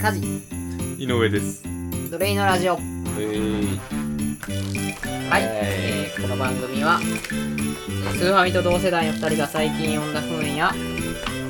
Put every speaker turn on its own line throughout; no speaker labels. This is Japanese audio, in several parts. カジ
井上です。
奴隷のラジオはい、えーこの番組はスーファミと同世代の2人が最近読んだ本や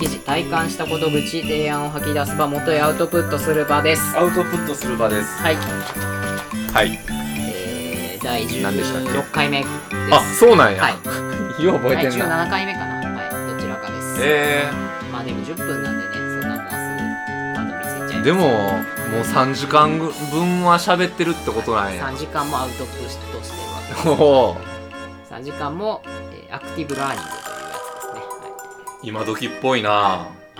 記事体感したこと口提案を吐き出す場元へアウトプットする場です
アウトプットする場です。
はい、
はい。
えー、第
何でしたっけ
16回目です
あ、そうなんや。
はい、
よう覚え
第
てんな。
17回目かなはいどちらかです
え
まあでも10分なんでねそんなもんはすぐまだ見せちゃいま
ー、
す
でも、もう3時間分は喋ってるってことなんや。
3時間もアウトプットしてるわけです
おお。
3時間も、えーアクティブラーニングというやつですね、は
今時っぽいな。
い、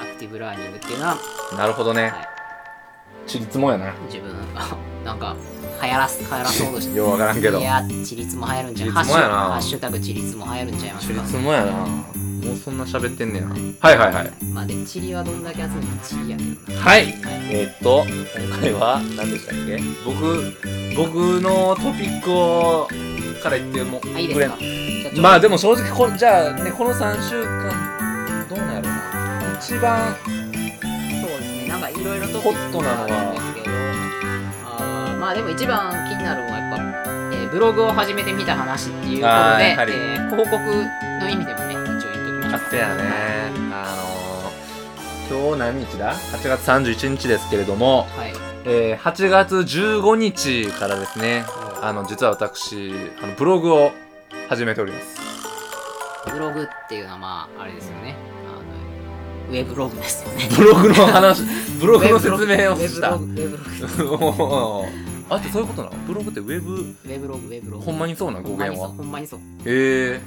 アクティブラーニングっていうのは、
なるほどね
は。
ちりつもやな。
い、自分 なんか流行らす流行らそうとして
ようわからんけど
い。やーチリツも流行るんちゃう
チリツもやな
ハッシュタグチリツも流行るんちゃいますか
もやな。もうそんな喋ってんねやな。はいはいはい。
まあでチリはどんだけ集めてもチリやけどな
はい。
はい
えーっと、今回は何でしたっけ
僕、僕のトピックを、から言っても、
あいいですか
こ
じゃ
れ
ちょ
まあでも正直こ、じゃあね、この3週間、どうなんやろうな。一番、
そうですねなんかいろいろと
ホットなのは
あるんですけどあーまあでも一番気になるのはやっぱ、えーブログを始めてみた話っていうことで、え
あーやはり
ー広告の意味でもね一応言っときましょ
あ
う
せやねあのー、今日何日だ ?8 月31日ですけれども、
はい
えー、8月15日からですねあの実は私あのブログを始めております
ブログっていうのはまああれですよねあのウェブログですよね
ブログの 話ブログの説明を
ウェ
し
ブ
た
ログウェブログウェブログ
おーあってそういうことなのブログってウェブ
ウェブログウェブログ
ほんまにそうな
ほ
語
んまに
源
そう
は
ほんまにそう
え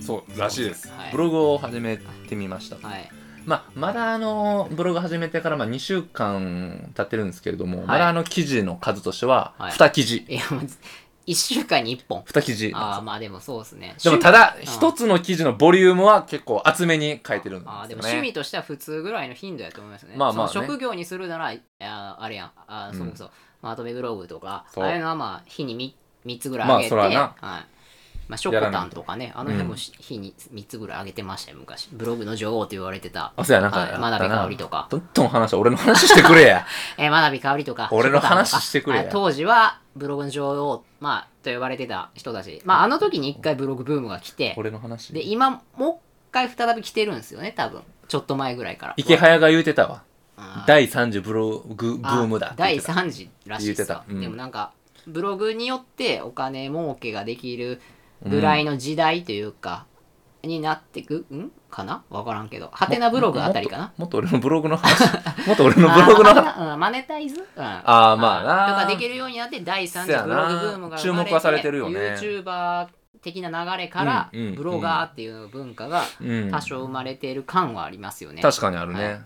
ー、そうらしいです、
はい
ブログを始めてみました、
はい
まあ、まだあのブログ始めてからまあ2週間経ってるんですけれど
い
も、まだあの記事の数としては
はい
2記事、
いやまず1週間に1本
二記事
ああまあでもそうですね
でもただ
ん
一つの記事のボリュームは結構厚めに書いてるんですよね
あーでも趣味としては普通ぐらいの頻度やと思いますよね。
まあまあね
その職業にするなら、あーあれやん、あーそううんそう、まとめブログとか、
そう
ああいうのはまあ、日にみ 3, つぐらい
まあ
上げて、
そらな
はいまあ、ショコタンとかね、あの辺
う
も
ん
し日に3つぐらい上げてましたよ、昔。ブログの女王と言われてた、
あそうやなんか
はい
やった
真
な
鍋かおりとか、
どんどん話して俺の話してくれ や
えー、真鍋かおりとか、
俺の
ショコタンとか
話してくれや
あ当時は、ブログの女王、まあ、と呼ばれてた人たち、まあ、あの時に一回ブログブームが来て、
俺の話
で、今、もう一回再び来てるんですよね、多分。ちょっと前ぐらいから。
池早が言うてたわ
あー
第3次ブログブ
あ
ームだって言
第
ってた
3次らしいですわ
言ってたうん
でもなんかブログによってお金儲けができるぐらいの時代というか、になってくんかなわからんけどハテナブログあたりかな
もっともっと俺のブログの話 もっと俺のブログの
あーハ
話
テナうんマネタイズ、うん、あ
ああまあな
とかできるようになって第3次
せ
ブ
や
ロ
な
グブームが生まれ
注目はされてるよね
YouTuber 的な流れから
うんうん
ブロガーっていう文化が
うん
多少生まれている感はありますよね、
確かにあるね、
はい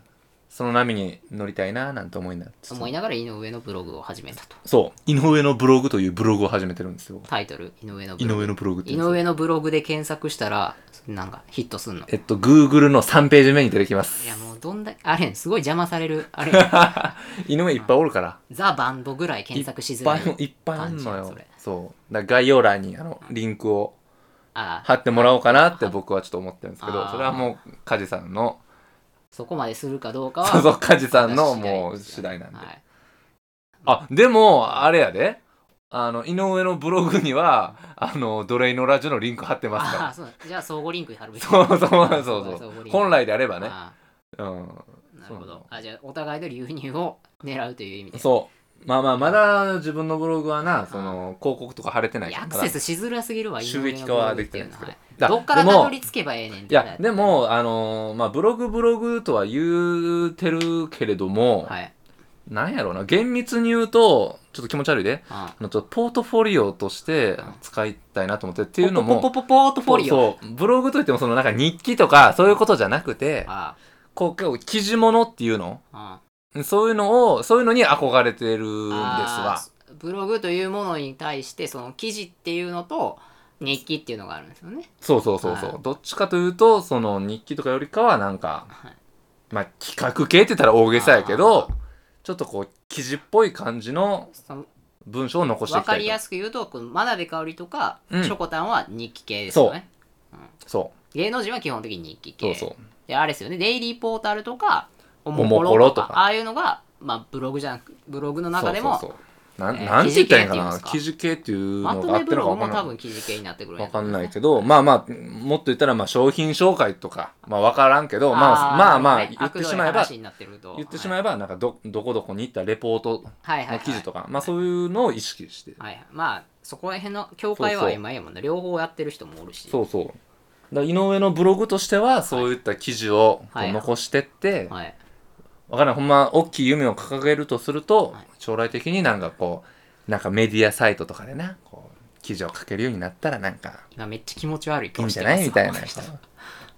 その波に乗りたいななんて思いながら
思いながら井上のブログを始めたと
そう井上のブログというブログを始めてるんですよ
タイトル井上のブ
井
ログ
上のブログって
井上のブログで検索したらなんかヒットすんの
えっと Google の3ページ目に出てきます
いやもうどんだけあれやんすごい邪魔されるあ れ
井上いっぱいおるから
ザ・バンドぐらい検索しづ
いっ
ら
ぱい
い
おいっぱいあん
感
の
じやんそ
よ
れ
そうだから概要欄にあのリンクを
ああ
貼ってもらおうかなって僕はちょっと思ってるんですけ
あ
ど
ー
それはもう梶さんの
そこまでするかどうかは
そうそう梶さんの
私次第
もう
です
次
よ
第なんで
はい
あでもあれやであの井上のブログにはあの奴隷のラジオのリンク貼ってますから
ああそうなんじゃあ相互リンクに貼るべき
そうそうそうそう
相互リンク
本来であればね、
あ
うん、
あなるほ
そうな
ど
の
あじゃあお互いの流入を狙うという意味で
そうまあまあまだ自分のブログはなその広告とか貼れてない
い
か
や
ら
アクセスしづらすぎるわ
収益化はできて
る
ないんですけどだ
どっから
でも
たどり着けばええねんっ
い
て
やでもあのーまあブログブログとは言うてるけれども、
はい
なんやろうな厳密に言うとちょっと気持ち悪いで
あ
あのちょっとポートフォリオとして使いたいなと思ってっていうのも
ポポポポポートフォリオ
そうブログといってもそのなんか日記とかそういうことじゃなくて
あ
こう結構記事物っていうの
あああ
そういうのをそういうのに憧れてるんです
あー
わ
ブログというものに対してその記事っていうのと日記っていうのがあるんですよね
そうそうそうそう
は
どっちかというとその日記とかよりかはなんか、
はい
まあ企画系って言ったら大げさやけどちょっとこう記事っぽい感じの
その
文章を残してい
分
きた
か
い
り
と
やすく言うとこの真鍋かおりとか、
うん
しょこたんは日記系ですよね
そ
芸能人は基本的に日記系
うそうそう
であれですよねデイリーポータルとかお
おもころとか
ああいうのがまあ、ブログじゃなくブログの中でも
そうそうそうなん
えー
なんて言ったらいいんかな
記
記事系っていう
ま
の
と
があ
め
って
ブ
る
ロ
の
グ
か
も
分か
多
んな
分
い
記事系になってくるんや
わ
と
か
思
ん
う
ないけど、まあまあ、もっと言ったら、まあ商品紹介とか、まあわからんけど、まあまあまあ、言ってしまえば、言ってしま
え
えば、なんかど、どこどこに行ったレポート
ば、はいはい
の
はい
記事とか、まあそういうのを意識して。
はいはいまあそこら辺の境界は
そうそう
曖昧やもんね両方やってる人もおるし
そうそう。だから井上のブログとしては、そういった記事をこ
はいう
残してって、
はい、
わからん、ほんま、大きい夢を掲げるとすると
はい、
将来的になんかこう、なんかメディアサイトとかでな、こう、記事を書けるようになったら、なんか、
今めっちゃ気持ち悪い
いい
顔
ん
し
じ
て
ゃ
ます
ないみたいな。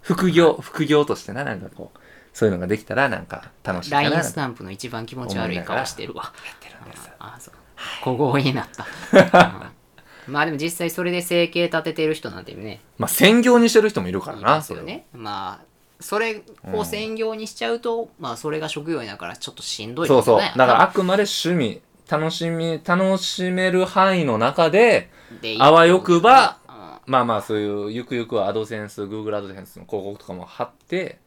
副業、副業としてな、なんかこう、そういうのができたら、なんか楽しいかな。
LINE
なん
ス
て
タンプの一番気持ち悪い顔してる わ
やってるんです。
ああそう小声にな った、うんまあでも実際それで生計立ててる人なんてね
まあ、専業にしてる人もいるから
い
な、
ます
それ
よ
を。
ねまあそれを専業にしちゃうと、まあそれが職業になるからちょっとしんどい
そうそう。
ね
だから、あくまで趣味、楽しみ、楽しめる範囲の中で、
で
あわよくば
うん
まあまあ、そういう、ゆくゆくはアドセンス、Google アドセンスの広告とかも貼って、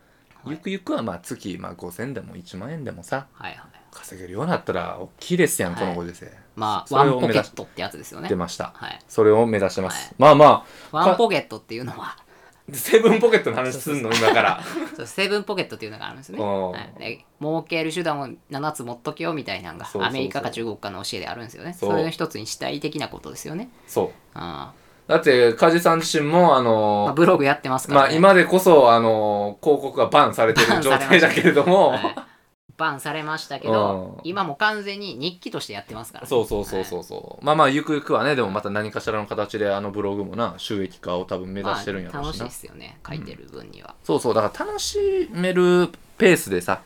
はい
ゆくゆくはまあ月、まあ、5000でも1万円でもさ、
はいはい
稼げるようになったら、大きいですやん、
はい
このご時世。
まあ
そ
ワ
れ
ン
を
ポ
目
ケ
指
ッ
し
トってやつですよね
出ました。
はい
それを目指してま
は
す。まあま
ワンポケットっていうのは
あ、セブンポケットの話すんの、今から。
そうセブンポケットっていうのがあるんですね。
おー
はい、で儲ける手段を7つ持っとけよみたいなのが
そうそうそう
アメリカか中国かの教えであるんですよね。そ
そう
れの一つに主体的なことですよね。
そう。
あ
だって、梶さん自身も、あ
ーまあ、
の
ブログやってますか
ま
ら、
あ、
ね。
今でこそ、あの広告がバンされて
バ
る
ン
状
されました
態だけれども、
はいバンされましたけど
うん、
今も完全に日記としてやってますから、ね。
そうそうそうそうそう、まあまあゆくゆくはねでもまた何かしらの形であのブログもな収益化を多分目
う
指
まあ
してるんやろう
楽
し
しい
な、
ですよね。書いてる分には。
そうそうだから楽しめるペースでさ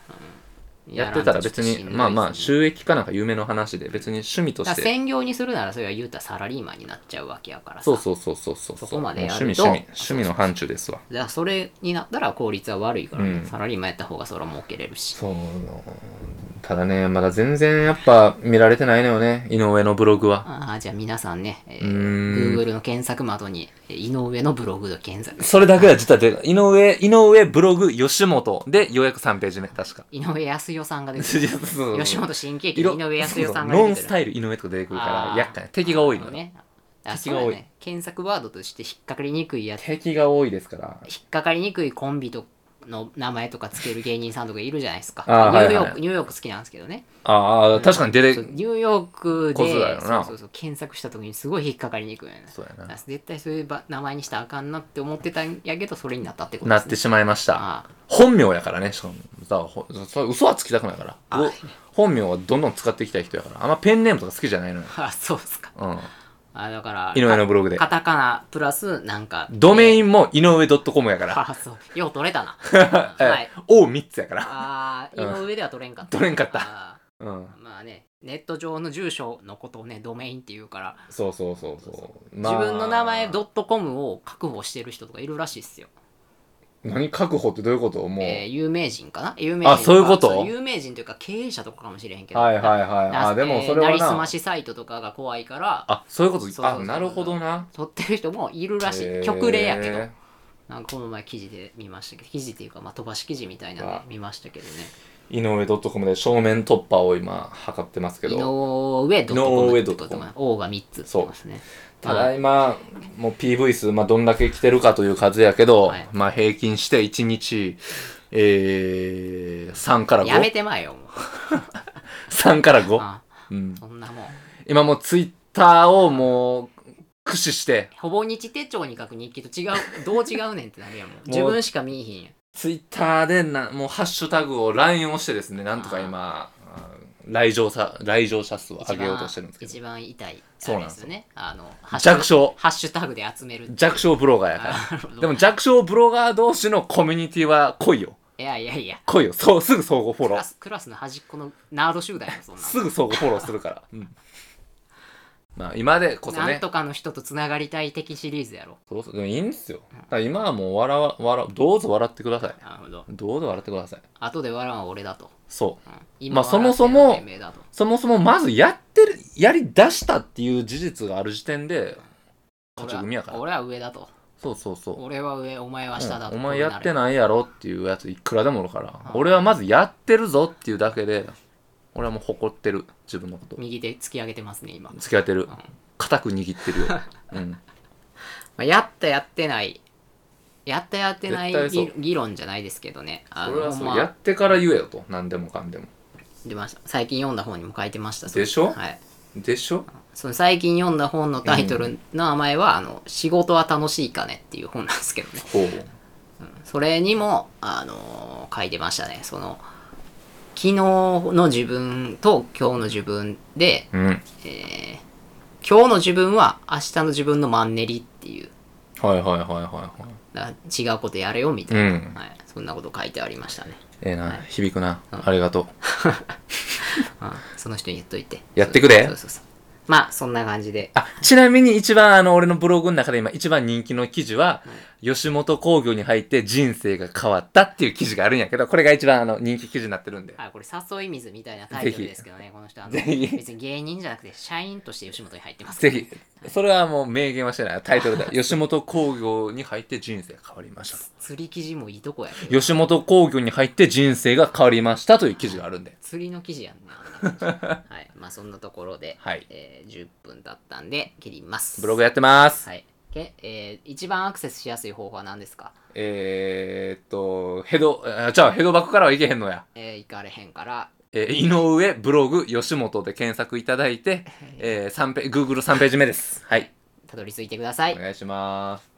やってたら別に、まあまあ
あ。
収益化なんか夢の話で別に趣味と
だ
し
から
て
専業にするならそれは言うたらサラリーマンになっちゃうわけやからさ。
そうそうそうそうそう
そこまで
もう
や
趣
る
味
と
趣味趣味の範疇ですわ
じゃあそれになったら効率は悪いからね、
うん
サラリーマンやった方がそら儲けれるし。
そうただねまだ全然やっぱ見られてないのよね井上のブログは
ああ、じゃあ皆さんね、えー
うーん
Google の検索窓に、えー井上のブログの検索。
それだけは実はで井上井上ブログ吉本でようやく3ページ目確か
井上康代さんが出て
吉
くる。吉本新喜劇の井上康代さんが
ノ
出
ン
て
ス
くる。
タイル井上とか出てくる
あ
か
ー
ら厄介な敵が多いのよ、
ね。あ、そ
敵
う
が
だ
多い
ね。検索ワードとして引っかかりにくいやつ、
敵が多いですから
引っかかりにくいコンビとの名前とかつける芸人さんとかいるじゃないですか。ニ
あー
ューヨーク、
はいはい
ニューヨーク好きなんですけどね。
ああ確かに出
そう
て
ニューヨーク
小
で
津だよな
そうそうそう検索した時にすごい引っかかりにくいよね。
そうやな
絶対そういうば名前にしたらあかんなって思ってたんやけど、それになったってこと
な
です、ね。
ってしまいまし
あ
た
あ
本名やからねしかもだからほそ嘘はつきたくないから
あ
お本名はどんどん使っていきたい人やからあんまペンネームとか好きじゃないのよ、
あ そうっすか
うん、
あだから
井上のブログで
カタカナプラスなんか
ドメイ
ン
ンも井上 .com やから、
あそうよう取れた な
え
は
え
い
おう3つやから、
あー井上では取れんかった
取れんかった
あ
うん
ー、まあねネット上の住所のことをねドメインっていうから
そうそうそうそう、まあ
自分の名前ドットコムを確保してる人とかいるらしいっすよ、
何確保ってどういうこともう、
えー有名人かな有名人
あそういうこと
う有名人というか経営者とかかもしれへんけど
はいはい
い
はいあでもそれ
な
は
りすま
な
しサイトとかが怖いから
あそういうこと
そうそうそう
あなるほどな
取ってる人もいるらし
へ
い
ー
極例やけどなんかこの前記事で見ましたけど記事っていうかまあ飛ばし記事みたいなのね
あ
見ましたけどね
井上 .com で正面突破を今測ってますけ
井
ど
上ドットコムってことかな O が3つつってますね
ただいまもう PV 数、まあ、どんだけ来てるかという数やけど、
はい
まあ平均して1日えー、3から
やめ
53
てまえよもう
から5、
あ
うん、
そんなもん
今もうツイッターをもう駆使して
ほぼ日手帳に書く日記と違うどう違うねんってなるやんもう自分しか見えへんやん
ツイッターでなもうハッシュタグを乱用してですねなんとか今あー来場者来場者数を
一
上げよう
番
としてるんですけど
一番痛い
そう
あれ
なん
で
ですす
よ
よ
ねあのハッシュ
弱小
ハッシュタグで集める
弱小ブロガーやか ら
なるほど
でも弱小ブロガー同士のコミュニティは濃いよ。
いやいやいや
濃いよ。そう、すぐ相互フォ
ク
ロ
ラ
ー。
スクラスの端っこのナード集団やんそんなの
すぐ相互フォローす るから。うん。まあ今でこそ
なん
ね。
とかの人とつながりたい的シリーズやろ
そうそう。でもいいんですよ。だから今はもう笑わ、笑う、どうぞ笑ってください。
なるほど
どうぞ笑ってください。
後で笑うのは俺だと。
そうう。
ん
まあそもそも
今笑ってるのはてめえだと
そもそもまずやってる、やり出したっていう事実がある時点で、勝ち組やから。
俺は俺は上だと。
そうそうそう。
俺は上、お前は下だと。
うんお前やって
い。
ないやろっていうやついくらでもおるから、
ん
俺はまずやってるぞっていうだけで俺はもう誇ってる自分のこと
右手突き上げてますね今、ま
付き合ってる固く握ってる よ、うん、
あ、やったやってないやったやってない
絶対そう
議議論じゃないですけどねあ
それは
の
そう
ま
やってから言えよと何でもかんでも
出ました最近読んだ本にも書いてました
でしょ
はい
でしょ
その最近読んだ本のタイトルの名前は「あの仕事は楽しいかね」っていう本なんですけどね
ほう
それにも、あのー書いてましたねその昨日の自分と今日の自分で、
うんはい
えー今日の自分は明日の自分のマンネリっていう
はいはいはいはい
だから違うことやれよみた
う
いな、
ん
はい、そんなこと書いてありましたね、
ええな、
はい
響くな、
うん
ありがとう
うん、その人に言っといて
やってくれ
そうそうそうまあそんな感じで
あちなみに一番あの俺のブログの中で今一番人気の記事は、吉本興業に入って人生が変わったっていう記事があるんやけどこれが一番あの人気記事になってるんで
あこれ誘い水みたいなタイトルですけどねこの人あの
ぜひ
別に芸人じゃなくて社員として吉本に入ってます
ぜひそれはもう明言はしてないタイトルだ吉本興業に入って人生が変わりました
釣り記事もいいとこやけど
吉本興業に入って人生が変わりましたという記事があるんで
釣りの記事やんなあんな 感じはいまあそんなところで、
はい
えー10分だったんで切ります
ブログやってます、
はいけえー一番アクセスしやすい方法は何ですか
えー、っとヘドあじゃあヘドバックからはいけへんのや
えー、行かれへんから
えー井上ブログ吉本で検索いただいて、えー、3ペ Google3 ページ目ですはい
たどり着いてください
お願いします。